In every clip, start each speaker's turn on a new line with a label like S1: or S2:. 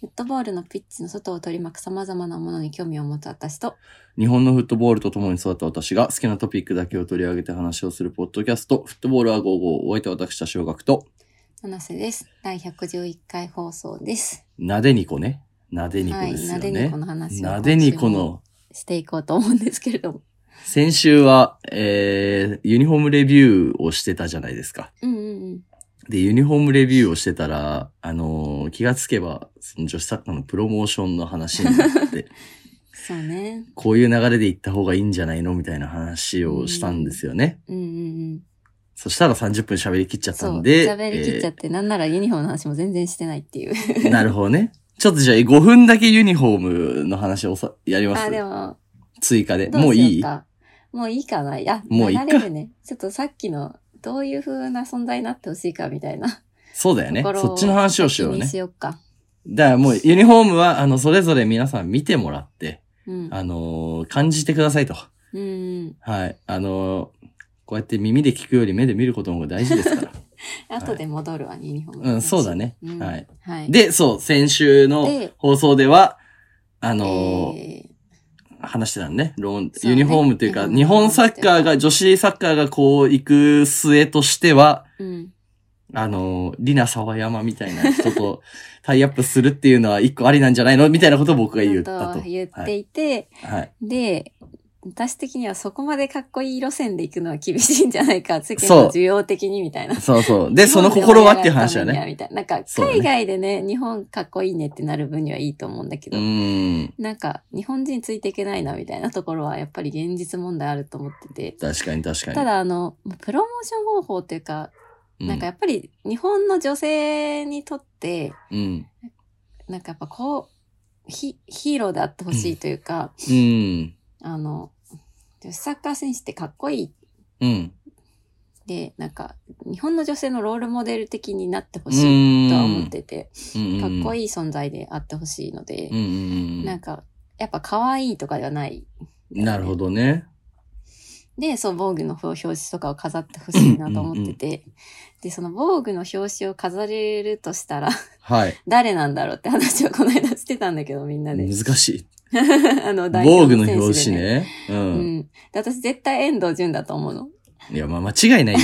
S1: フットボールのピッチの外を取り巻く様々なものに興味を持つ私と、
S2: 日本のフットボールと共に育った私が好きなトピックだけを取り上げて話をするポッドキャスト、フットボールは55を終えて私た小学と、
S1: 七瀬です。第111回放送です。
S2: なでにこね。なでにこ
S1: は
S2: で
S1: い。
S2: す
S1: な
S2: よ
S1: で
S2: ね
S1: にこ。の話を。
S2: なでにこ。の、
S1: していこうと思うんですけれども。
S2: 先週は、えー、ユニフォームレビューをしてたじゃないですか。
S1: うんうんうん。
S2: で、ユニフォームレビューをしてたら、あのー気がつけば、その女子サッカーのプロモーションの話になって、
S1: そうね。
S2: こういう流れで行った方がいいんじゃないのみたいな話をしたんですよね。
S1: うんうん
S2: そしたら30分喋り切っち
S1: う
S2: ゃ
S1: ん。
S2: っ
S1: そ
S2: た
S1: う。
S2: んで、
S1: 喋りきっちゃって、なんならユニフォームの話も全然してないっていう。
S2: え ーなるほどね。ちょっとじゃあ5分だけユニフォームの話をさやります
S1: あ、でも、
S2: 追加で。
S1: どうしようかも
S2: もういい
S1: ういいかないや、
S2: もういいか
S1: 流れるね。ちょっとさっきの、どういう風な存在になってほしいかみたいな。
S2: そうだよね。
S1: ところを
S2: そっちの話をしよう
S1: 気に
S2: ね
S1: し。よっか。
S2: だからもうユニフォームは、あの、それぞれ皆さん見てもらって、
S1: うん。
S2: あのー感じてくださいと。
S1: うんうん。
S2: はい。あのーこうやって耳で聞くより目で見ることの方が大事です から。
S1: 後で戻るわ、ユニフォームの
S2: う
S1: 話。
S2: ん、そうだね。
S1: うん。
S2: はい。
S1: はい。
S2: で、そう、先週の
S1: で
S2: 放送では、あ
S1: えー、
S2: のー話してたんね。ローン、
S1: そう
S2: ユ
S1: ね
S2: ニフォームというか、
S1: 日
S2: 日
S1: 本
S2: 本
S1: のフォ
S2: サ
S1: ーム
S2: ッカーが、女子サッカーがこう行く末としては、
S1: うん。
S2: あのー、リナ沢山みたいな人とタイアップするっていうのは一個ありなんじゃないのみたいなことを僕が言ったと。
S1: ちゃん言っていて、
S2: はい。
S1: で、私的にはそこまでかっこいい路線で行くのは厳しいんじゃないか。世間の需要的にみたいな。
S2: そうそう。で、その心はっていう話だ
S1: 日本で盛り上がるため
S2: ね。
S1: にみたいな。なんか、
S2: そうだね
S1: 海外でね、日本かっこいいねってなる分にはいいと思うんだけ
S2: う
S1: ど、
S2: ーん。
S1: なんか、日本人ついていけないなみたいなところは、やっぱり現実問題あると思ってて。
S2: 確かに確かに。
S1: ただ、あの、プロモーション方法というか、
S2: うん、
S1: なんかやっぱり日本の女性にとって、
S2: うん。
S1: なんかやっぱこう、ヒヒーローであってほしいというか、
S2: うん。
S1: あの、女子サッカー選手ってかっこいい
S2: うん。
S1: で、なんか、日本の女性のロールモデル的になってほ
S2: う
S1: しい
S2: ん。
S1: とは思ってて、
S2: うん。
S1: かっこ
S2: いい。
S1: いい存在であってほしいので
S2: うん、うん
S1: なんか、やっぱ可愛いとかではない。
S2: うん。なるほどね。
S1: で、そう、防具の表紙とかを飾ってほしいなと思ってて、で、その防具の表紙を飾れるとしたら、
S2: はい。
S1: 誰なんだろうって話をこの間してたんだけど、みんなで
S2: 難。しい。
S1: あの、代
S2: 防
S1: 表
S2: 具の
S1: 選手で
S2: 表紙。ね。う。
S1: うんん。で私絶対遠藤淳だと思うの。
S2: いや、まあ、間違い ないよ。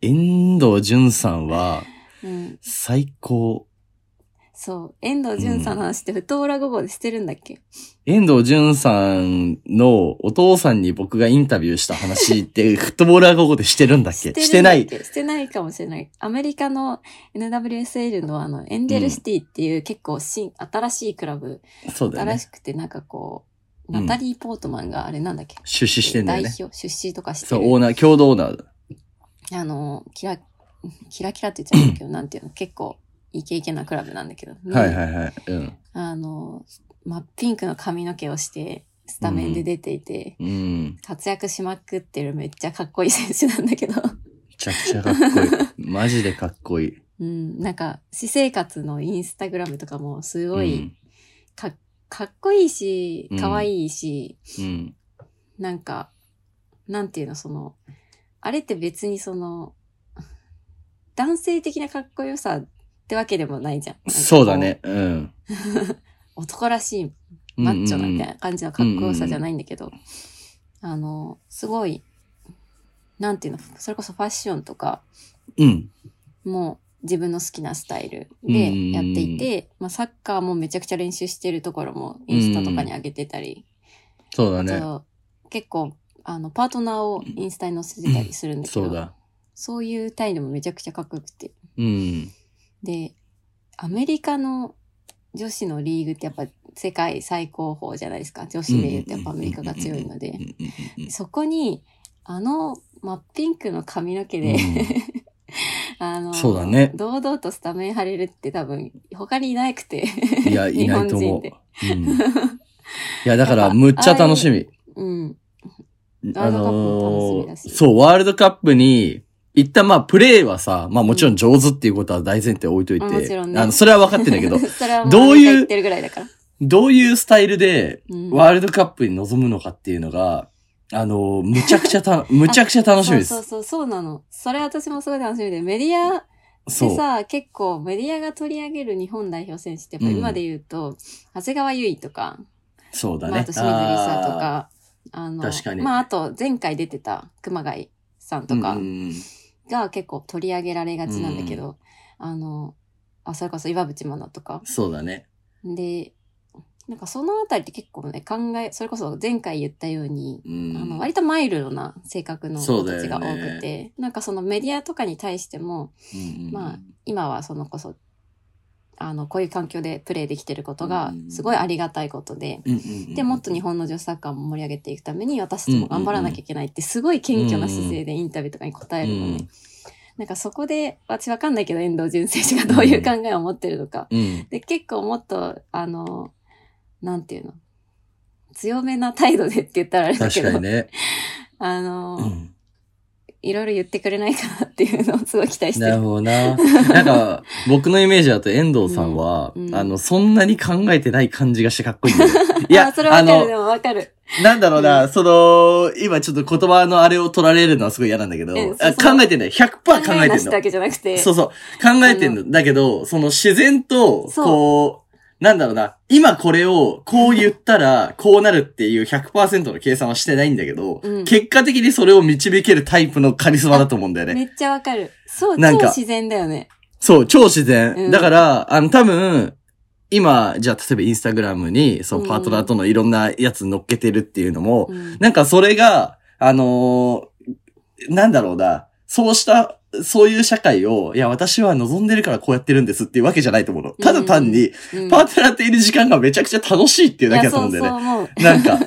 S2: 遠藤淳さんは、
S1: うん。
S2: 最高。
S1: そう。遠藤淳さんの話って、ふと裏午後でしてるんだっけ
S2: 遠藤淳さんのお父さんに僕がインタビューした話って、フットボールはここでしてるんだ っけして
S1: るんだ
S2: な
S1: っ
S2: い。
S1: けしてないかもしれない。アメリカの NWSL のあの、エンジェルシティっていう結構新、新しいクラブ、
S2: そうだよ
S1: 新
S2: ね
S1: し。くてなんかこう、
S2: うん
S1: ナタリー・ポートマンがあれなんだっけ、
S2: 出資してんだ
S1: 代
S2: よね。
S1: 表、出資とかして
S2: そう
S1: る、
S2: オーナー、共同オーナーだ。
S1: あの、キラ、キラキラって言っちゃうんだけど、なんていうの、結構、イケイケなクラブなんだけど。
S2: はいはいはい。うん。
S1: あの、ま、ピンクの髪の毛をして、スタメンで出ていて、
S2: うん。
S1: 活躍しまくってるめっちゃかっこいい選手なんだけど、
S2: めちゃくちゃかっこいい。 マジでかっこいい。
S1: うん、なんか、私生活のインスタグラムとかもすご
S2: う
S1: い
S2: ん
S1: か、かっこいいし
S2: う、ん
S1: かわいいし、
S2: うん。
S1: なんか、なんていうの、その、あれって別にその、男性的なかっこよさってわけでもないじゃん。なんかこ
S2: そうだ。ね。うん。
S1: 男らしいマッチョなみたい
S2: うんうんうん
S1: な感じのかっこよさじゃないんだけど、あの、すごい、なんていうの、それこそファッションとか、
S2: うん。
S1: もう自分の好きなスタイル
S2: うんうんう
S1: で
S2: ん
S1: やっていて、まあ、サッカーもめちゃくちゃ練習してるところもインスタとかに上げてたり、
S2: そうだ
S1: あ
S2: ね。
S1: と結構あのパートナーをインスタに載せてたりするんだけど、
S2: そうだ。
S1: そういう態度もめちゃくちゃかっこよくて。
S2: うん。
S1: で、アメリカの女子のリーグってやっぱ世界最高峰じゃないですか。女子で言うとやっぱアメリカが強いの
S2: うんう
S1: で。
S2: んうんうん
S1: そこに、あの、真っピンクの髪の 毛で、あの、
S2: そうだね
S1: 堂々とスタメン張れるって多分、他にいなくて。
S2: いや、い
S1: 日
S2: ない
S1: 本
S2: と思
S1: 人
S2: う。
S1: で
S2: うん、いや、だから、むっちゃ楽しみ。
S1: うん。あ
S2: あ
S1: あいうワールドカップも楽し
S2: の
S1: みだし
S2: ーそう、ワールドカップに、一旦まあ、プレーはさ、まあもちろん上手っていうことは大前提置いといて、
S1: うんもちろんね、
S2: あの、それは分かってんだけど
S1: それはも
S2: どういう
S1: アメリカ行ってるぐらいだから。
S2: どういうスタイルで、
S1: うん
S2: ワールドカップに臨むのかっていうのが、あの ーむちゃくちゃた、むちゃくちゃ楽しみです。
S1: そうそうそう、そうなの。それ私もすごい楽しみで、メディア
S2: そ
S1: で
S2: う。
S1: さ、結構メディアが取り上げる日本代表選手って、やっぱ
S2: うん
S1: 今で言うと、長谷川唯とか、
S2: そうだね。
S1: まあ、あと清水梨沙と
S2: あ
S1: か、あの、
S2: 確かに
S1: まああと前回出てた熊谷さん
S2: ー、
S1: とか
S2: うんうんうん
S1: が結構取り上げられがちなんだけど、あの、あ、それこそ岩渕真奈とか。
S2: そうだね。
S1: で、なんかそのあたりって結構ね、考え、それこそ前回言ったように、
S2: うん。
S1: あの割とマイルドな性格の
S2: そ
S1: 子
S2: うだ
S1: たち
S2: よね
S1: が多くて、なんかそのメディアとかに対しても、
S2: うんうん
S1: まあ今はそのこそ、あの、こういう環境でプレーできてること
S2: う
S1: が
S2: ん
S1: すごいありがたいことで、
S2: うんうんうん
S1: で、もっと日本の女子サッカーも盛り上げていくために私たちも頑張らなきゃいけないって、すごい謙虚な姿勢でインタビューとかに答えるのね。
S2: うん
S1: なんかそこで、私わかんないけど遠藤純選手がどういう考えを持ってるのか。
S2: うん。
S1: で、結構もっと、あの、なんていうの、強めな態度でって言ったらあれだけ
S2: 確か
S1: ど、
S2: にね。
S1: あ
S2: う
S1: の、
S2: ん
S1: いろいろ言ってくれないかなっていうのをすごい期待 して
S2: なる
S1: る。
S2: ほどな。なんか、僕のイメージだと遠藤さんは、
S1: うんうん
S2: あの、そんなに考えてない感じがしてかっこいいんだ よ。い
S1: い
S2: や、
S1: や、それわかる、
S2: の
S1: で、もわかる。
S2: なんだろうな、その、今ちょっと言葉のあれを取られるのはすごい嫌なんだけど、
S1: うん
S2: あ
S1: そうそう
S2: 考えてんだよ。100%考
S1: 考
S2: えてん
S1: えな
S2: の。
S1: しだけじゃなくて、
S2: そうそう。考えてんの。だけど、その自然と、
S1: そう
S2: こう、なんだろうな、今これをこう言ったら、こうなるっていう100%の計算はしてないんだけど、
S1: うん
S2: 結果的にそれを導けるタイプのカリスマだと思うんだよね。
S1: めっちゃわかる。そう、超
S2: なんか
S1: 自然だよね。
S2: そう、超自然。
S1: うん
S2: だから、あの、多分、今、じゃあ、例えばインスタグラムに、その
S1: うん
S2: パートナーとのいろんなやつ乗っけてるっていうのも、
S1: うん
S2: なんかそれが、あのーなんだろうな、そうした、そういう社会を、いや、私は望んでるからこうやってるんですっていうわけじゃないと思うの。ただ単に、
S1: うん
S2: パートナーといる時間がめちゃくちゃ楽しいっていうだけだと思うんだよね。
S1: いやそうそう思う。
S2: なん か、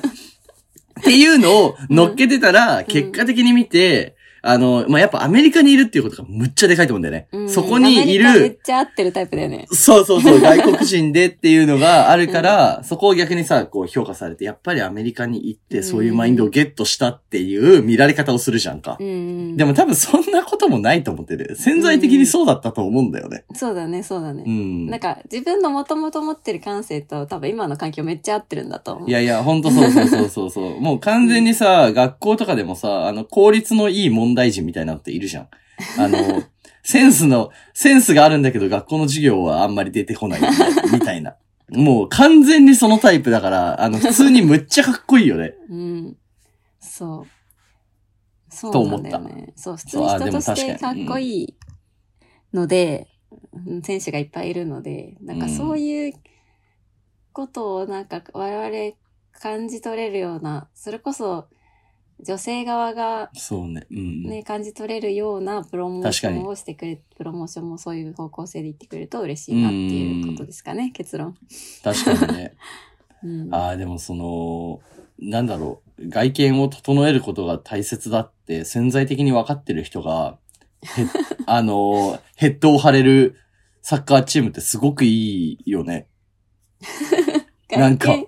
S2: っていうのを乗っけてたら、結果的に見て、あの、まあ、やっぱアメリカにいるっていうことがむっちゃでかいと思うんだよね。
S1: うん
S2: そこにい
S1: アメリカめっ
S2: る、
S1: ちゃ合ってるタイプだよね。
S2: そうそう そう、外国人でっていうのがあるから、そこを逆にさ、こう評価されて、やっぱりアメリカに行って、そういうマインドをゲットしたっていう見られ方をするじゃんか
S1: う。ん。
S2: でも多分そんなこともないと思ってる。潜在的にそうだったと思うんだよね。
S1: そうだね、そうだね。
S2: うん。
S1: なんか、自分のもともと持ってる感性と、多分今の環境めっちゃ合ってるんだと思う。
S2: いやいや、ほんとそうそうそうそうそう。 もう完全にさ、学校とかでもさ、あの、効率のいい問題児みたいなのっているじゃん。あの、 センスの、センスがあるんだけど学校の授業はあんまり出てこないみたいな。もう完全にそのタイプだから、あの、普通にむっちゃかっこいいよね。
S1: うん。そう。そうなんだよね。そう、普通に
S2: そうあ
S1: 人とし
S2: でも
S1: て
S2: 確
S1: か
S2: か
S1: っ
S2: に
S1: こいいので、うん選手がいっぱいいるので、なんかそういうことをなんか我々感じ取れるような、それこそ女性側が
S2: そうね。うん。
S1: ね、感じ取れるようなプロモーショ
S2: 確か
S1: ン
S2: に
S1: をしてくれ、プロモーションもそういう方向性で言ってくれると嬉しいなっていうことですかね、結論。
S2: 確かにね。
S1: うん。
S2: ああ、でもその、なんだろう。外見を整えることが大切だって潜在的に分かってる人が、へ あのー、ヘッドを張れるサッカーチームってすごくいいよね。なんか
S1: 外見、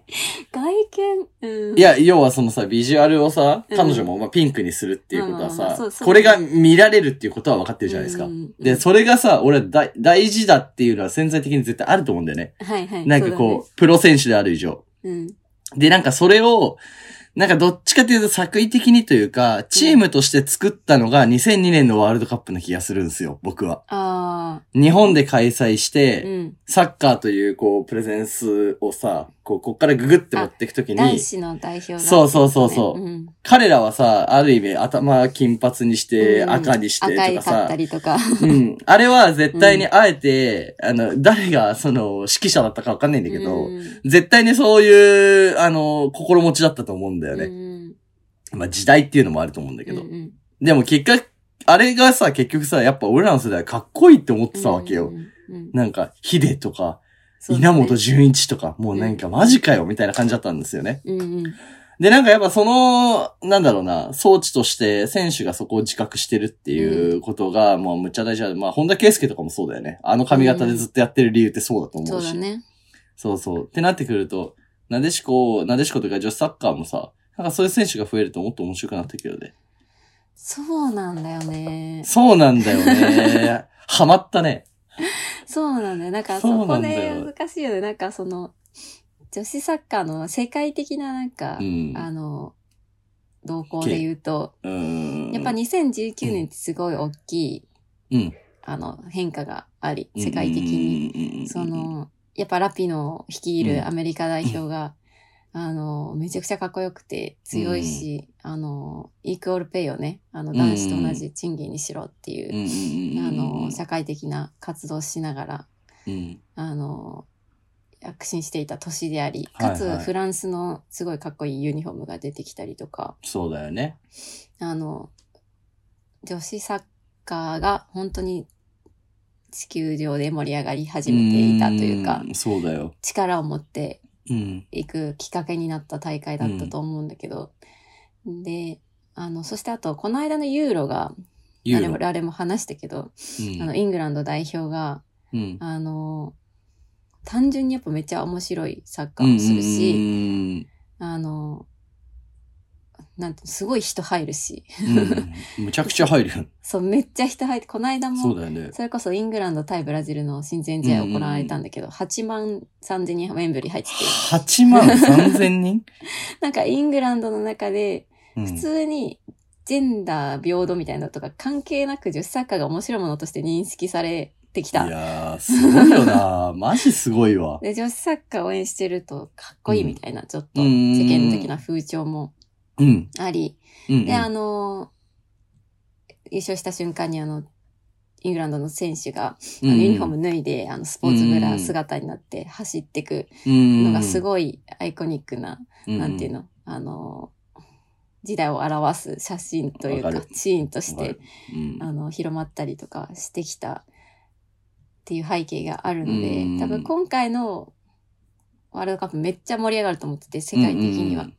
S1: 外見、うん。
S2: いや、要はそのさ、ビジュアルをさ、
S1: うん
S2: 彼女もまあピンクにするっていうことは
S1: まあまあまあ
S2: さ
S1: そう、そう
S2: これが見られるっていうことは分かってるじゃないですか
S1: うん。うんうん
S2: で、それがさ、俺は大大事だっていうのは潜在的に絶対あると思うんだよね。
S1: はいはい。
S2: なんかこう、プロ選手である以上。
S1: うだね。
S2: で、なんかそれを、なんかどっちかというと作為的にというか、チームとして作ったのが2002年のワールドカップな気がするんですよ、僕は。
S1: うん。あ
S2: 日本で開催し
S1: あ、う
S2: て、
S1: ん。
S2: サッカーというこう、プレゼンスをさ、こう、こっからググって持っていくとき
S1: 男
S2: に、
S1: 子の代表が、
S2: そうそうそうそう
S1: ねん
S2: 彼らはさ、ある意味頭金髪にして、
S1: うん
S2: 赤にして
S1: 赤
S2: と
S1: い
S2: か
S1: かっ
S2: さ
S1: た、りとか。
S2: うん。あれは絶対にあえて、あの、誰がその指揮者だったかわかんないんだけど、
S1: うん
S2: 絶対にそういう、あの、心持ちだったと思うんだよね。
S1: うん
S2: まあ時代っていうのもあると思うんだけど。
S1: うんうん
S2: でも結果、あれがさ、結局さ、やっぱ俺らの世代はかっこいいって思ってたわけよ。
S1: うんうんうん
S2: なんか、ヒデとか、
S1: そうだ
S2: 稲
S1: ね
S2: 本潤一とか、もうなんかマジかよ、みたいな感じだったんですよね。
S1: うんうん
S2: で、なんかやっぱその、なんだろうな、装置として選手がそこを自覚してるっていうことが、もうむっちゃ大事だ。まあ、本田圭佑とかもそうだよね。あの髪型でずっとやってる理由ってそうだと思
S1: そうう
S2: し。
S1: だね。
S2: そうそう。ってなってくると、なでしこ、なでしこというか女子サッカーもさ、なんかそういう選手が増えるともっと面白くなってくるよね。
S1: そうなんだよね。
S2: そうなんだよ ね。ハマったね。
S1: そうなんだよ。なんか
S2: そ
S1: そ
S2: うな
S1: こ
S2: んだよ
S1: で難しいよね。なんかその、女子サッカーの世界的ななんか
S2: う、ん。
S1: あの、動向で言うと、
S2: うん
S1: やっぱ2019年ってすごい大きい、
S2: うん。
S1: あの、変化があり、
S2: うん
S1: 世界的に。
S2: に
S1: そ、の、やっぱラピノを率い
S2: うん
S1: るアメリカ代表が、あの、めちゃくちゃかっこよくて強いし、あの、イクオールペイをね、あの、
S2: うん
S1: 男子と同じ賃金にしろっていうう、
S2: んうんうん
S1: あの、社会的な活動をしながら、
S2: うん
S1: あの、躍進していた年であり、かつ
S2: はいはい
S1: フランスのすごいかっこいいユニフォームが出てきたりとか、
S2: そうだよね。
S1: あの、女子サッカーが本当に地球上で盛り上がり始めていたというか、
S2: んそうだよ。
S1: 力を持って
S2: うん。
S1: 行くきっかけになった大会だったと思うんだけど、で、あの、そしてあと、この間のユーロが、
S2: ユ
S1: あれ
S2: ー
S1: も、
S2: ロ
S1: あれも話したけど、
S2: うん
S1: あの、イングランド代表が、
S2: うん
S1: あの、単純にやっぱめっちゃ面白いサッカーをするし、あの、なんて、すごい人入るし、
S2: うんうんうんうんむちゃくちゃ入るよ。
S1: そう、めっちゃ人入って、この間
S2: そ
S1: も
S2: う、だよね。
S1: それこそイングランド対ブラジルの親善試合行われたんだけど、8万3000人ウェンブリー入ってて、
S2: 8万3000人
S1: なんかイングランドの中で、
S2: 普
S1: 普通にジェンダー平等みたいなのとか関係なく女子サッカーが面白いものとして認識されてき
S2: い
S1: た。
S2: やー、すごいよ な。マジすごいわ。
S1: で、女子サッカーを応援してるとかっこいいみたいな、ちょっと
S2: うん
S1: 世間的な風潮も
S2: うん。
S1: あり、
S2: うんうん。
S1: で、あのー優勝した瞬間にあの、イングランドの選手が、あ
S2: うん
S1: の
S2: うん
S1: ユニフォーム脱いで、あの、スポーツブラ姿になって走ってくのがすごいアイコニックな、
S2: うん
S1: なんていうの、あのー時代を表す写真というか
S2: わかる、
S1: シーンとし
S2: わか
S1: て
S2: るうん
S1: あの、広まったりとかしてきたっていう背景があるので
S2: うん、
S1: 多分今回のワールドカップめっちゃ盛り上がると思ってて、世界的には。
S2: うんうん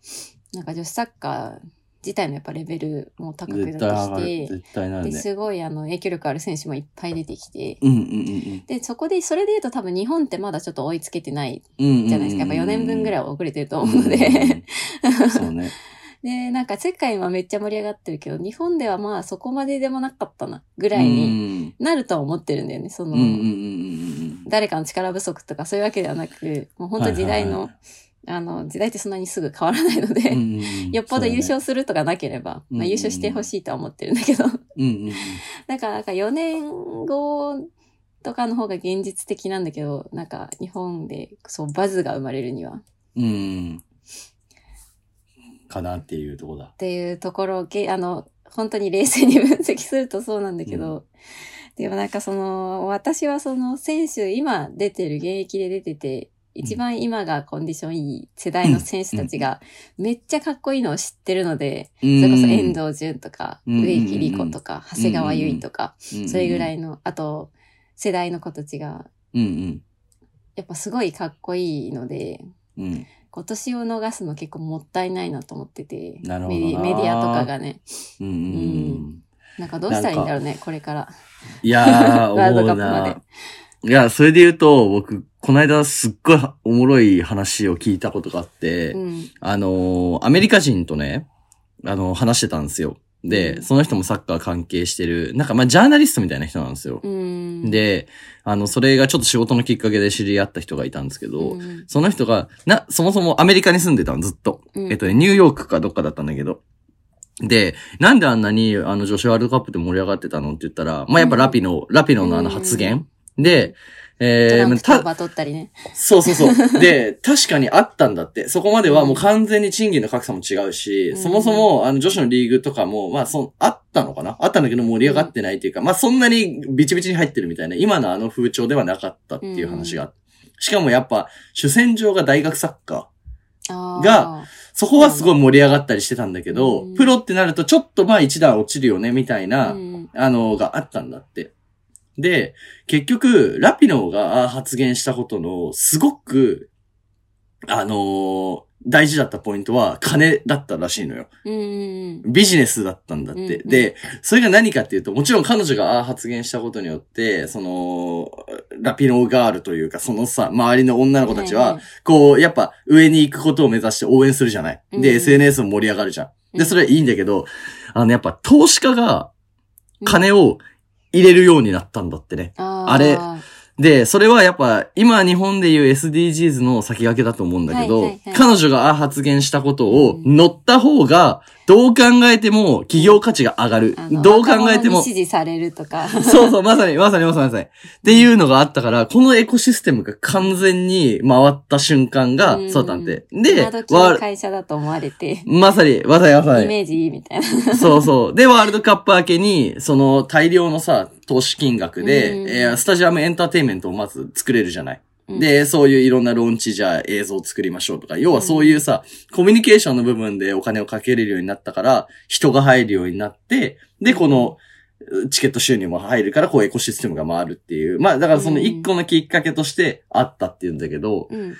S1: なんか女子サッカー自体のやっぱレベルも高く
S2: 絶対上
S1: なっ
S2: が
S1: て
S2: る
S1: きて、
S2: 絶対なる
S1: で、
S2: ね。
S1: すごいあの、影響力ある選手もいっぱい出てきて、
S2: うんうんうん
S1: で、そこで、それで言うと多分日本ってまだちょっと追いつけてない
S2: うんうん。
S1: じゃないですか。やっぱ4年分ぐらい
S2: い
S1: は遅れてると思うので。。
S2: そ うね。
S1: で、なんか世界はめっちゃ盛り上がってるけど、日本ではまあそこまででもなかったな、ぐらいに
S2: に。
S1: なるとは思ってるんだよね。そ
S2: うん
S1: の、
S2: うんうんうん
S1: 誰かの力不足とかそういうわけではなく、もう本当時代の、
S2: はい
S1: あの、時代ってそんなにすぐ変わらないので、
S2: うんうん うん。
S1: よっぽど優
S2: そう
S1: 勝するとかなければ、
S2: うん
S1: まあ、優勝してほしいとは思ってるんだけど、
S2: だね。うんうんうん。
S1: なんか、なんか4年後とかの方が現実的なんだけど、なんか日本でそうバズが生まれるにはっ
S2: うん。かなっていうとこだ。
S1: ていうところをげ、あの、本当に冷静に分析するとそうなんだけど、でもなんかその、私はその選手、今出てる、現役で出てて、一番今がコンディションいい世代の選手たちが、めっちゃかっこいいのを知ってるので、
S2: そ
S1: それこそ遠藤淳とか、
S2: うん
S1: 植木理子とか、長谷川由衣とか、
S2: 藤
S1: それぐら
S2: い。
S1: いの、あと、世代の子たちが、
S2: うん
S1: やっぱすごいかっこいいので、
S2: うん。うん。
S1: 今年を逃すの結構もったいないなと思ってて、
S2: なるほど
S1: メディ
S2: な
S1: メディアとかがね、
S2: うんうんうん。
S1: なんかどうしたらいいんだろうね、これから。
S2: いやー、
S1: ワールド
S2: 思
S1: カ
S2: う
S1: ップまで
S2: な。いや、それで言うと、僕、この間すっごいおもろい話を聞いたことがあって、
S1: うん。
S2: あのーアメリカ人とね、あのー話してたんですよ。
S1: う
S2: で、
S1: ん
S2: その人もサッカー関係してる、なんかまあ、ジャーナリストみたいな人なんですよ。
S1: うん。
S2: で、あの、それがちょっと仕事のきっかけで知り合った人がいたんですけ
S1: う
S2: ど、
S1: ん、
S2: その人が、な、そもそもアメリカに住んでたの、ずっと。
S1: うん
S2: えっとね、ニューヨークかどっかだったんだけど。で、なんであんなに、あの、女子ワールドカップで盛り上がってたのって言ったら、まあ、やっぱラピノ、ラピノのあの発言、で、
S1: ト
S2: え
S1: ラン
S2: ー、
S1: プと
S2: た、
S1: バトったりね。
S2: そうそう そう。で、確かにあったんだって。そこまではもう完全に賃金の格差も違うし、
S1: うん
S2: そもそも、あの、女子のリーグとかも、まあ、そん、あったのかなあったんだけど盛り上がってないっていうか、まあ、そんなにビチビチに入ってるみたいな、今のあの風潮ではなかったっていう話があって。しかもやっぱ、主戦場が大学サッカー。
S1: あー
S2: が、そこはすごい盛り上がったりしてたんだけど、
S1: うん
S2: プロってなるとちょっとまあ一段落ちるよね、みたいな、
S1: うん
S2: あの、があったんだって。で、結局、ラピノがあー発言したことの、すごく、あのー大事だったポイントは、金だったらしいのよ。
S1: うんうん
S2: ビジネスだったんだって。
S1: うん
S2: で、それが何かっていうと、もちろん彼女がああ発言したことによって、その、ラピノガールというか、そのさ、周りの女の
S1: うん。
S2: 子たちは、こう、やっぱ上に行くことを目指して応援するじゃない。
S1: うん
S2: で、SNS も盛り上がるじゃん。
S1: う
S2: で、
S1: ん
S2: それはいいんだけど、あの、やっぱ投資家が金を入れるようになったんだってね。
S1: あ
S2: あれ
S1: ー
S2: で、それはやっぱ今日本でいう SDGs の先駆けだと思うんだけど、
S1: はいはいはい
S2: 彼女がああ発言したことを
S1: うん
S2: 乗った方がどう考えても企業価値が上がる
S1: あの。
S2: どう考えて
S1: 若者
S2: も
S1: に支。持されるとか。
S2: そうそう、まさに、まさに、まさに、まさに。っていうのがあったから、このエコシステムが完全に回った瞬間が、そうだったんで。で
S1: 今、時の
S2: わ
S1: 会社だと思われて、
S2: まさに、まさに、まさ
S1: イ
S2: に。
S1: メージいいみたいな。
S2: そうそう。で、ワールドカップ明けに、その大量のさ、投資金額
S1: うん
S2: で、えースタジアムエンターテインメントをまず作れるじゃな
S1: う
S2: い。
S1: ん
S2: で、そういういろんなローンチじゃあ映像を作りましょうとか、要はそういうさ、コミュニケーションの部分でお金をかけれるようになったから、人が入るようになって、で、この、チケット収入も入るから、こうエコシステムが回るっていう。まあ、だからその一個のきっかけとしてあったっていうんだけど、
S1: うん。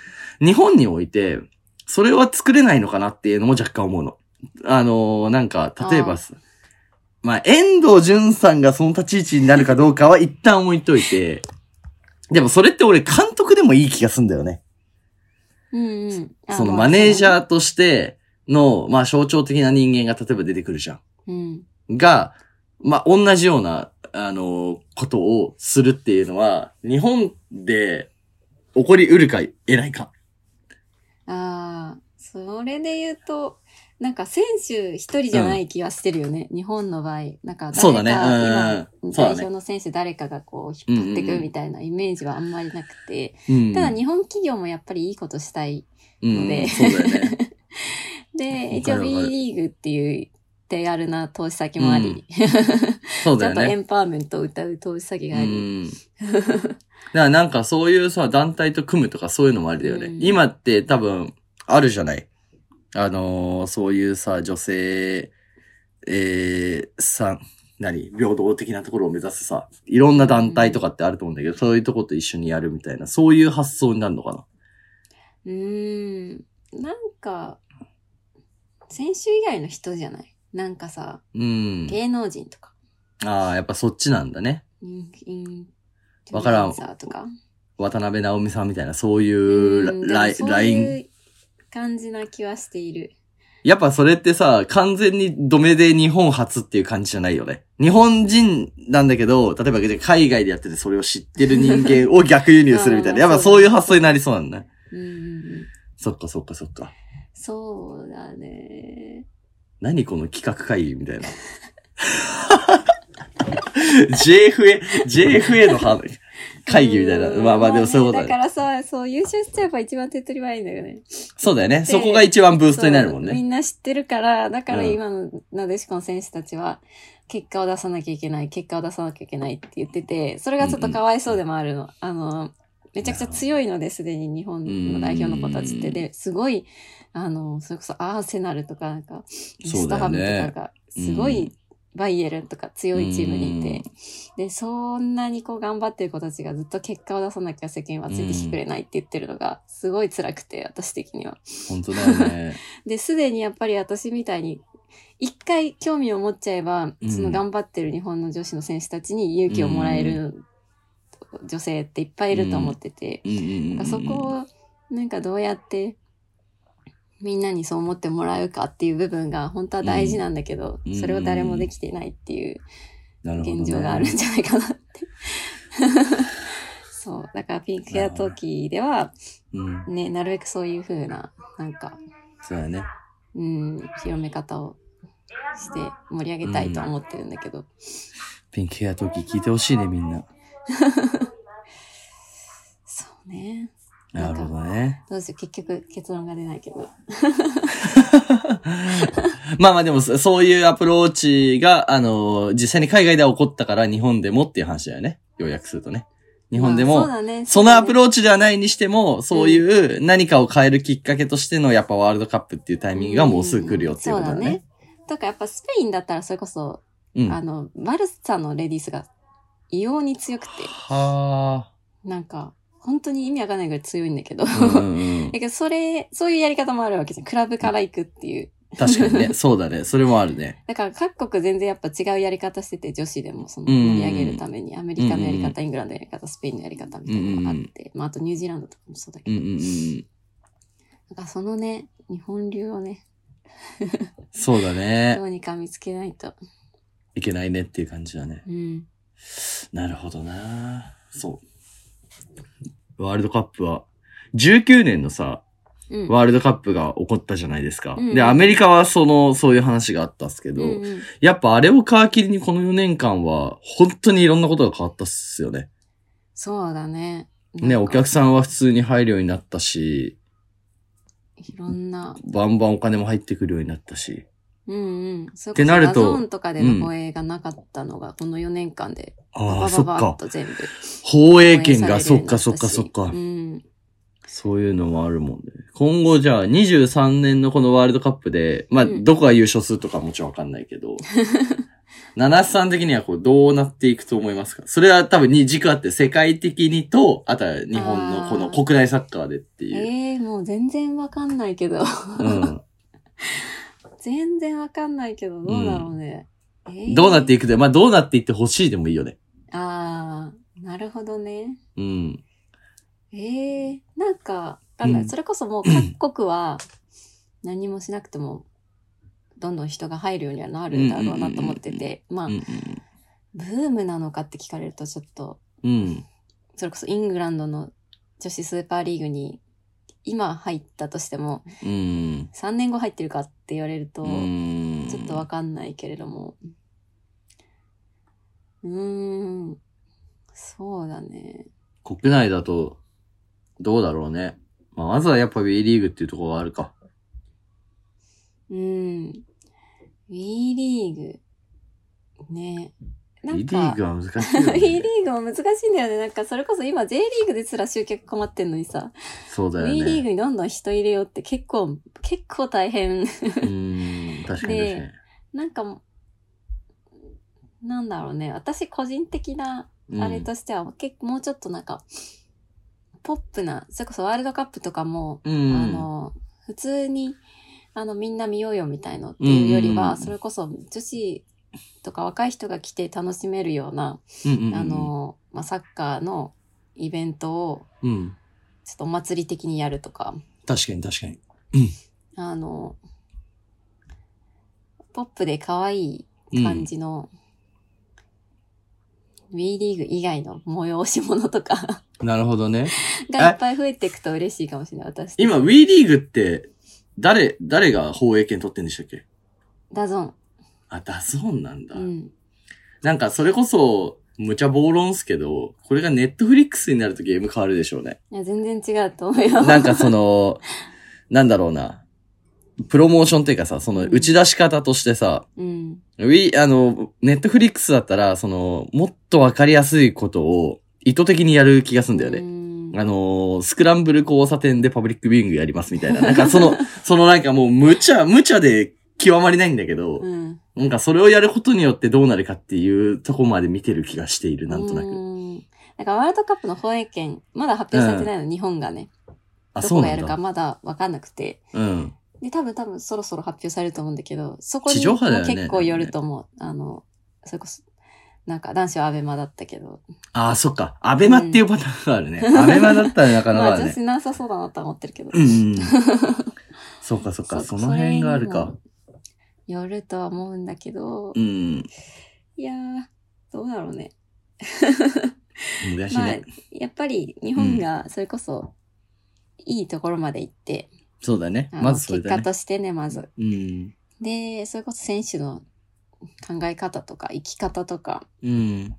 S2: 日本において、それは作れないのかなっていうのも若干思うの。あのーなんか、例えば
S1: あ
S2: す、まあ、遠藤淳さんがその立ち位置になるかどうかは一旦置いといて、でもそれって俺監督でもいい気がすんだよね。
S1: うんうん。あ
S2: そのマネージ
S1: まあ
S2: ャーとしての、まあ象徴的な人間が例えば出てくるじゃ
S1: そううん。
S2: ん。が、まあ同じような、あのーことをするっていうのは、日本で起こりうるか得ないか。
S1: ああ、それで言うと、なんか選手一人じゃない気はしてるよね。日本の場合。なんか誰か、
S2: そうだねうん
S1: 今、
S2: そう
S1: 代
S2: だね
S1: 表の選手誰かがこう引っ張っていくみたいなイメージはあんまりなくて。
S2: うん。
S1: ただ日本企業もやっぱりいいことしたい。
S2: うん、
S1: で
S2: そうだよね。
S1: で、
S2: わか
S1: 一応
S2: る
S1: B
S2: わかる
S1: リーグっていう手軽な投資先もあり、
S2: そう
S1: ち
S2: だ
S1: ょ
S2: よ
S1: っとエ
S2: ね。
S1: ンパワーメントを歌う投資先
S2: う
S1: があり。
S2: ん。だからなんかそういうさ、団体と組むとかそういうのもありだよね。
S1: うん
S2: 今って多分、あるじゃない。あのーそういうさ、女性、えー、さん、何平等的なところを目指すさ、いろんな団体とかってあると思うんだけど、そういうとこと一緒にやるみたいな、そういう発想になるのかな。
S1: うーん。なんか、選手以外の人じゃないなんかさ、
S2: うん。
S1: 芸能人とか、
S2: ああ、やっぱそっちなんだね。
S1: インイン
S2: わからん
S1: インフルエンサーとか。
S2: 渡辺直美さんみたいな、そういううんラ
S1: でも
S2: ライン
S1: そう。いう感じな気はしている。
S2: やっぱそれってさ、完全にドメで日本初っていう感じじゃないよね。日本人なんだけど、例えば海外でやっててそれを知ってる人間を逆輸入するみたいな。
S1: あ
S2: や
S1: ー
S2: っぱそういう発想になりそうなんだね。
S1: うんうんうん。
S2: そっかそっかそっか。
S1: そうだね。
S2: 何この企画会議みたいな。JFA、JFA のは会議みたいな。
S1: うん
S2: まあまあでもそういうこ
S1: まあね
S2: とだよ
S1: だ。
S2: ね
S1: からさ、そう優勝しちゃえば一番手っ取り早いんだよね。
S2: そうだよね。そこが一番ブーストになるもん
S1: そうみ
S2: ね。
S1: んな知ってるから、だから
S2: うん
S1: 今のなでしこの選手たちは、結果を出さなきゃいけない、結果を出さなきゃいけないって言ってて、それがちょっとかわいそうでもあるの。あの、めちゃくちゃ強いので、すでに日本の代表の子たちっ
S2: う
S1: て。
S2: ん
S1: で、すごい、あの、それこそアーセナルとか、なんか、リ
S2: そ
S1: ス
S2: う
S1: ト
S2: だ
S1: ハ
S2: よ
S1: ムとか
S2: ね。
S1: が、すご
S2: う
S1: い
S2: ん、
S1: バイエルンとか強いチームにいて、
S2: うん
S1: で、そんなにこう頑張ってる子たちがずっと結果を出さなきゃ世間はついてきてくれないって言ってるのが、すごい辛くて、私的には。
S2: 本当だよね。
S1: で、すでにやっぱり私みたいに、一回興味を持っちゃえば、
S2: うん
S1: その頑張ってる日本の女子の選手たちに勇気をもらえる女性っていっぱいいると思ってて、
S2: うんうんうんうん。
S1: なんかそこをなんかどうやってみんなにそう思ってもらうかっていう部分が本当は大事なんだけど、
S2: うん
S1: それを誰もできていないっていう
S2: なるほどね
S1: 現状があるんじゃないかなって。そう。だからピンクヘアトーキーでは、
S2: うん。
S1: ね、なるべくそういう風な、なんか、
S2: そうだね。
S1: うん、広め方をして盛り上げたいとは思ってるんだけど、
S2: ピンクヘアトーキー聞いてほしいね、みんな。
S1: そうね
S2: なるほどね。
S1: どうしよう結局結論が出ないけど
S2: まあまあでも、そそういうアプローチが、あのー、実際に海外では起こったから、日本でもっていう話だよね。要約するとね。日本で
S1: まあ
S2: も、
S1: そうだね
S2: そのアプ
S1: ー
S2: ローチではないにしても、そういう何かを変えるきっかけとしての、やっぱワールドカップっていうタイミングがもうすぐ来るよっていうことだ
S1: そうだ
S2: ね
S1: ね。とかやっぱスペインだったらそれこそ、
S2: うん。
S1: あ
S2: は
S1: のバルサのレディースが異様に強くて
S2: あ。
S1: なんか本当に意味わかんないぐらい強いんだけど、
S2: うんうんうん
S1: だけどそれそういうやり方もあるわけじゃんクラブから行くっていう
S2: 確かにね。そうだね。それもあるね。
S1: だから各国全然やっぱ違うやり方してて、女子でもその盛り上げるために、アメリカのやり方、イングランドのやり方、スペインのやり方みたいなのがあって、まああとニュージーランドとかも そうだけ
S2: う
S1: ど、
S2: んうんうん。
S1: なんかそのね、日本流をね、
S2: そうだね
S1: ど。うにか見つけないと。
S2: いけないねっていう感じだね。
S1: うん。
S2: なるほどなそう。ワールドカップは、19年のさ、
S1: うん。
S2: ワールドカップが起こったじゃないですか。
S1: うん
S2: で、アメリカはその、そういう話があったんですけど、
S1: うんうん
S2: やっぱあれを皮切りにこの4年間は、本当にいろんなことが変わったっすよね。
S1: そうだね。
S2: ね、お客
S1: さ
S2: さんは普通に入るようになったし、
S1: ん。いろんな。
S2: バンバンお金も入ってくるようになったし。
S1: うんうん。それ
S2: てなる
S1: こ
S2: と
S1: そダゾーンとかでの放映がなかったのが、この4年間で、バ
S2: あ
S1: バ
S2: あ、そ
S1: バ
S2: っ
S1: バッ
S2: か。
S1: と全部。
S2: 放映権
S1: 放
S2: が、
S1: 映され
S2: そ
S1: るようにな
S2: っか
S1: たし
S2: そっかそっか
S1: う。ん。
S2: そういうのもあるもんね。今後じゃあ23年のこのワールドカップで、まあ、
S1: うん
S2: どこが優勝するとかもちろんわかんない けど、七須さん的にはこうどうなっていくと思いますかそれは多分に軸あって世界的にと、あとは日本のこの
S1: あー
S2: 国内サッカーでっていう。
S1: ええー、もう全然わかんないけど。
S2: うん。
S1: 全然わかんないけど、どうだろうね。えー
S2: どうなっていくで、まあどうなっていってほしいでもいいよね。
S1: ああ、なるほどね。
S2: うん。
S1: ええー、なんか、わかんない。
S2: うん
S1: それこそもう各国は何もしなくても、どんどん人が入るようにはなるだろうなと思ってて、まあ
S2: う、ん
S1: ブームなのかって聞かれるとちょっと、
S2: うん。うん。
S1: それこそイングランドの女子スーパーリーグに今入ったとしても、
S2: うん。
S1: 3年後入ってるかって言われると、
S2: うん
S1: ちょっとわかんないけれども。うーん。そうだね。
S2: 国内だと、どうだろうね。まあ、まずはやっぱ B リーグっていうところがあるか。
S1: うん。WE リーグ。ね。な
S2: B
S1: ん
S2: リー
S1: か
S2: グ、は難しい
S1: WE
S2: よ、 ね。
S1: リーグも難しいんだよね。なんか、それこそ今 J リーグですら集客困ってんのにさ、
S2: そうだ
S1: WE
S2: よね。
S1: リーグにどんどん人入れようって結構、結構大変。
S2: うーん、確かに確かに
S1: で。なんかもう、なんだろうね。私個人的な
S2: うん
S1: あれとしては、結構もうちょっとなんか、ポップな、それこそワールドカップとかも、
S2: うん、
S1: あの、普通に、あの、みんな見ようよみたいのっていうよりは、
S2: うん
S1: それこそ女子とか若い人が来て楽しめるような、
S2: うんうんうん、
S1: あの、まあ、サッカーのイベントを、
S2: うん、
S1: ちょっとお祭り的にやるとか、
S2: 確かに確かに。
S1: あの、ポップで可愛
S2: うん
S1: い感じの、WE リーグ以外の催し物とか
S2: なるほどね。
S1: がいっぱい増えていくと嬉しいかもしれない、私。
S2: 今、WE リーグって、誰、誰が放映権取ってんでしたっけ
S1: ダゾン。
S2: あ、ダゾーンなんだ。
S1: うん。
S2: なんか、それこそ、無茶暴論っすけど、これがネットフリックスになるとゲーム変わるでしょ うね。
S1: いや、全然違うと思うよ。
S2: なんかその、なんだろうな。プロモーションっていうかさ、その打ち出し方としてさ、
S1: うん。
S2: ウィ、あの、ネットフリックスだったら、その、もっとわかりやすいことを意図的にやる気がするんだよね。
S1: ね。
S2: あのースクランブル交差点でパブリックビューイングやりますみたいな。なんかその、 そのなんかもう無茶、無茶で極まりないんだけど、
S1: うん。
S2: なんかそれをやることによってどうなるかっていうとこまで見てる気がしている、なんとな
S1: う
S2: く。
S1: ん。だからワールドカップの放映権、まだ発表されてないの、日本がね。
S2: あ、
S1: ど
S2: そ
S1: こ
S2: う
S1: が
S2: な
S1: や
S2: ん
S1: るか
S2: だ。
S1: まだわかんなくて。
S2: うん。
S1: で、多分多分そろそろ発表されると思うんだけど、そこ
S2: 地
S1: に
S2: 上波だよね
S1: 結構よると思う。あの、それこそ、なんか男子はアベマだったけど、
S2: ああ、そっか。アベマっていうパターンがあるね。アベマだったらなかな
S1: まあ
S2: か
S1: 女
S2: ね。
S1: 子なさそうだなとは思ってるけど、
S2: う んうん。そっかそっか、
S1: そ
S2: その辺があるか。
S1: よるとは思うんだけど、
S2: うん。
S1: いやー、どうだろうね。
S2: 難しい
S1: まあ
S2: ね。、
S1: やっぱり日本がそれこそ、いいところまで行って、
S2: そうだね。
S1: あの
S2: まずそれ
S1: 結
S2: だ
S1: 果
S2: ね。
S1: としてね、まず。
S2: うん。
S1: で、それこそ選手の考え方とか生き方とか
S2: うん。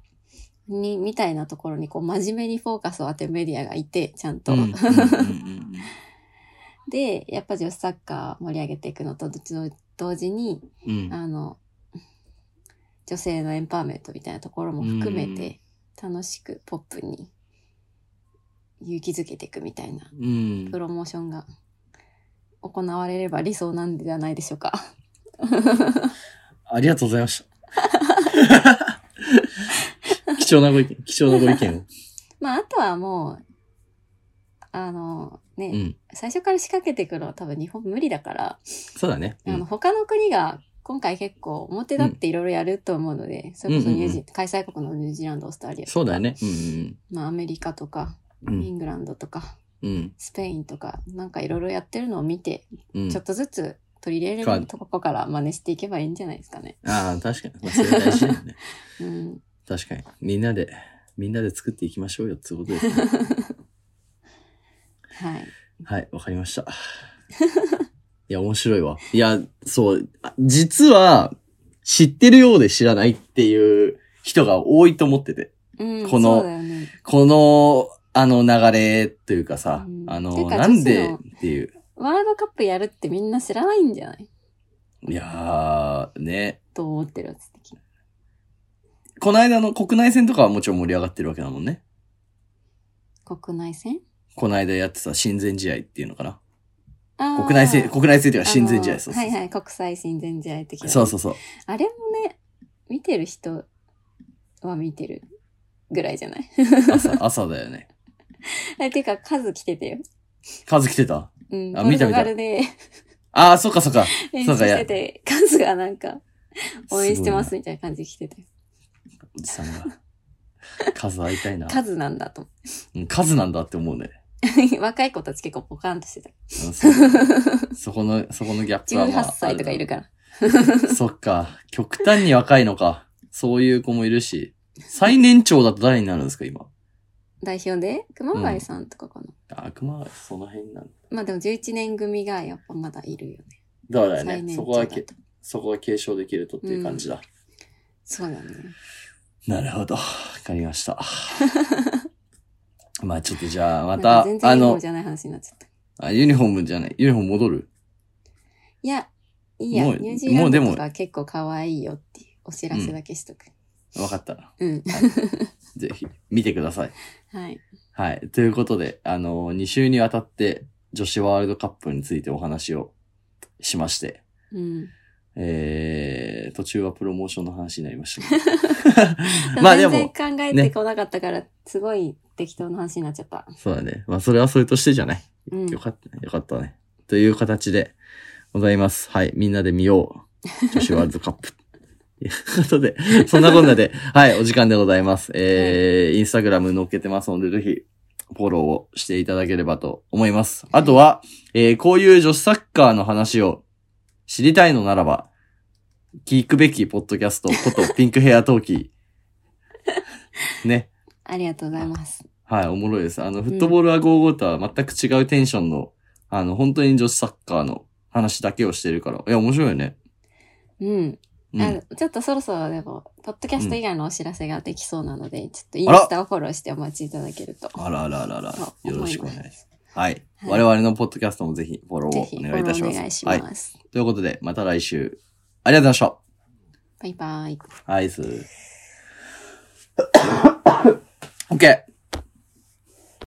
S1: に、みたいなところにこう真面目にフォーカスを当てるメディアがいて、ちゃんと。
S2: うんうんうんうん
S1: で、やっぱ女子サッカー盛り上げていくのと、同時に、
S2: うん。
S1: あの、女性のエンパワーメントみたいなところも含めて、楽しくポップに勇気づけていくみたいな
S2: うん
S1: プ。ロモーションが行われれば理想なんではないでしょう か。
S2: ありがとうございました。貴重なご意見、貴重なご意見を。
S1: まあ、あとはもう、あのね、
S2: うん。
S1: 最初から仕掛けていくのは多分日本無理だから、
S2: そうだね。う
S1: あの
S2: ん。
S1: 他の国が今回結構表立っていろいろやると思うので、それこそニュージ、
S2: うんう
S1: 開催国のニュージーランド、オーストラリアとか
S2: そうだよね。うん
S1: まあアメリカとか、
S2: うんうん。
S1: イングランドとか、
S2: うん。
S1: スペインとか、なんかいろいろやってるのを見て、
S2: うん。
S1: ちょっとずつ取り入れれ
S2: そう
S1: るとこから真似していけばいいんじゃないですかね。
S2: ああ、確かに。まあ、それ大事だよね。
S1: うん。
S2: 確かに。みんなで、みんなで作っていきましょうよってことですね。
S1: はい。
S2: はい、わかりました。 いや、面白いわ。いや、そう、あ実は、知ってるようで知らないっていう人が多いと思ってて。
S1: うん、
S2: この
S1: そうだよね。
S2: この、あの流れというかさ、
S1: うん
S2: あ
S1: て
S2: の、
S1: か
S2: なんで
S1: 女子
S2: っていう。
S1: ワールドカップやるってみんな知らないんじゃない
S2: いやー、ね。
S1: と思ってるやつ的に。
S2: この間の国内戦とかはもちろん盛り上がってるわけだもんね。
S1: 国内戦
S2: この間やってた親善試合っていうのかな。
S1: あー
S2: 国内戦、国内戦というか親善試
S1: あ
S2: 合、
S1: の
S2: そうそうそう。
S1: はいはい、国際親善試合的な。
S2: そうそうそう。
S1: あれもね、見てる人は見てるぐらいじゃない
S2: 朝、朝だよね。
S1: えていうか、数来ててよ。
S2: 数来てた
S1: うん。
S2: あ見た
S1: ポルト
S2: 見た
S1: ガルで
S2: ああ、そっかそっか。
S1: 演習
S2: そうかい
S1: し
S2: や
S1: てて、数がなんか、応援してます
S2: ごいな
S1: みたいな感じで来てて。
S2: おじさんが。 数会いたいな。
S1: 数なんだと 思
S2: うん数なんだって思うね。
S1: う。若い子たち結構ポカンとしてた。
S2: うんそうそこの、 そこのギャップは、まあ。
S1: 18歳とかいるから。
S2: そっか。極端に若いのか。そういう子もいるし。最年長だと誰になるんですか、今。
S1: 代表で熊谷さんとかかな。
S2: あ、熊谷、その辺なんだ。
S1: まあでも11年組がやっぱまだいるよね。
S2: だから
S1: 最年
S2: ね、そ
S1: 長
S2: こは
S1: だ
S2: け
S1: と、
S2: そこは継承できるとっていう感じだ。
S1: そうだね。
S2: なるほど。わかりました。 まあちょっとじゃあ、
S1: な
S2: ま
S1: ん
S2: た
S1: か全、然
S2: あ
S1: ユニフォーム
S2: の、
S1: じゃない話になっちゃった。
S2: あユニフォームじゃない、ユニフォーム戻る
S1: いや、いいや、
S2: もう
S1: ニュージーランド
S2: もう
S1: と
S2: で
S1: か結構可愛いよっていうお知らせだけしとく。
S2: わかった。
S1: うん。
S2: ぜひ、見てください。
S1: はい。
S2: はい。ということで、あの、2週にわたって、女子ワールドカップについてお話をしまして、
S1: うん。
S2: えー、途中はプロモーションの話になりま したね、まあでも、
S1: 全然考えてこなかったから、すごい適当な話になっちゃった。
S2: そうだね。まあそれはそれとしてじゃない。
S1: うん。
S2: よかった、よかったね。という形でございます。はい。みんなで見よう。女子ワールドカップ。ということで、そんなこんなで、はい、お時間でございます。えー、インスタグラム載っけてますので、ぜひ、フォローをしていただければと思います。あとは、えー、こういう女子サッカーの話を知りたいのならば、聞くべきポッドキャストことピンクヘアトーキー。ね。
S1: ありがとうございます。
S2: はい、おもろいです。あの、フットボールは55とは全く違うテンションの、あの、本当に女子サッカーの話だけをしてるから。いや、面白いよね。
S1: うん、
S2: うん。
S1: あちょっとそろそろでも、ポッドキャスト以外のお知らせができそうなので、ちょっとインスタをフォローしてお待ちいただけると。
S2: あらあらあらあら
S1: そ。う
S2: よろしくお願い
S1: 思
S2: し
S1: い
S2: ま。
S1: ます
S2: はい。
S1: はい
S2: 我々のポッドキャストもぜひフォロー
S1: ぜ
S2: を
S1: ひ
S2: お
S1: フォ
S2: 願い
S1: ロ
S2: いたし
S1: ー
S2: ま
S1: お
S2: す。
S1: 願いし
S2: はい。
S1: ます。
S2: ということで、また来週。ありがとうございま
S1: バイバイ。
S2: した。アイス。OK!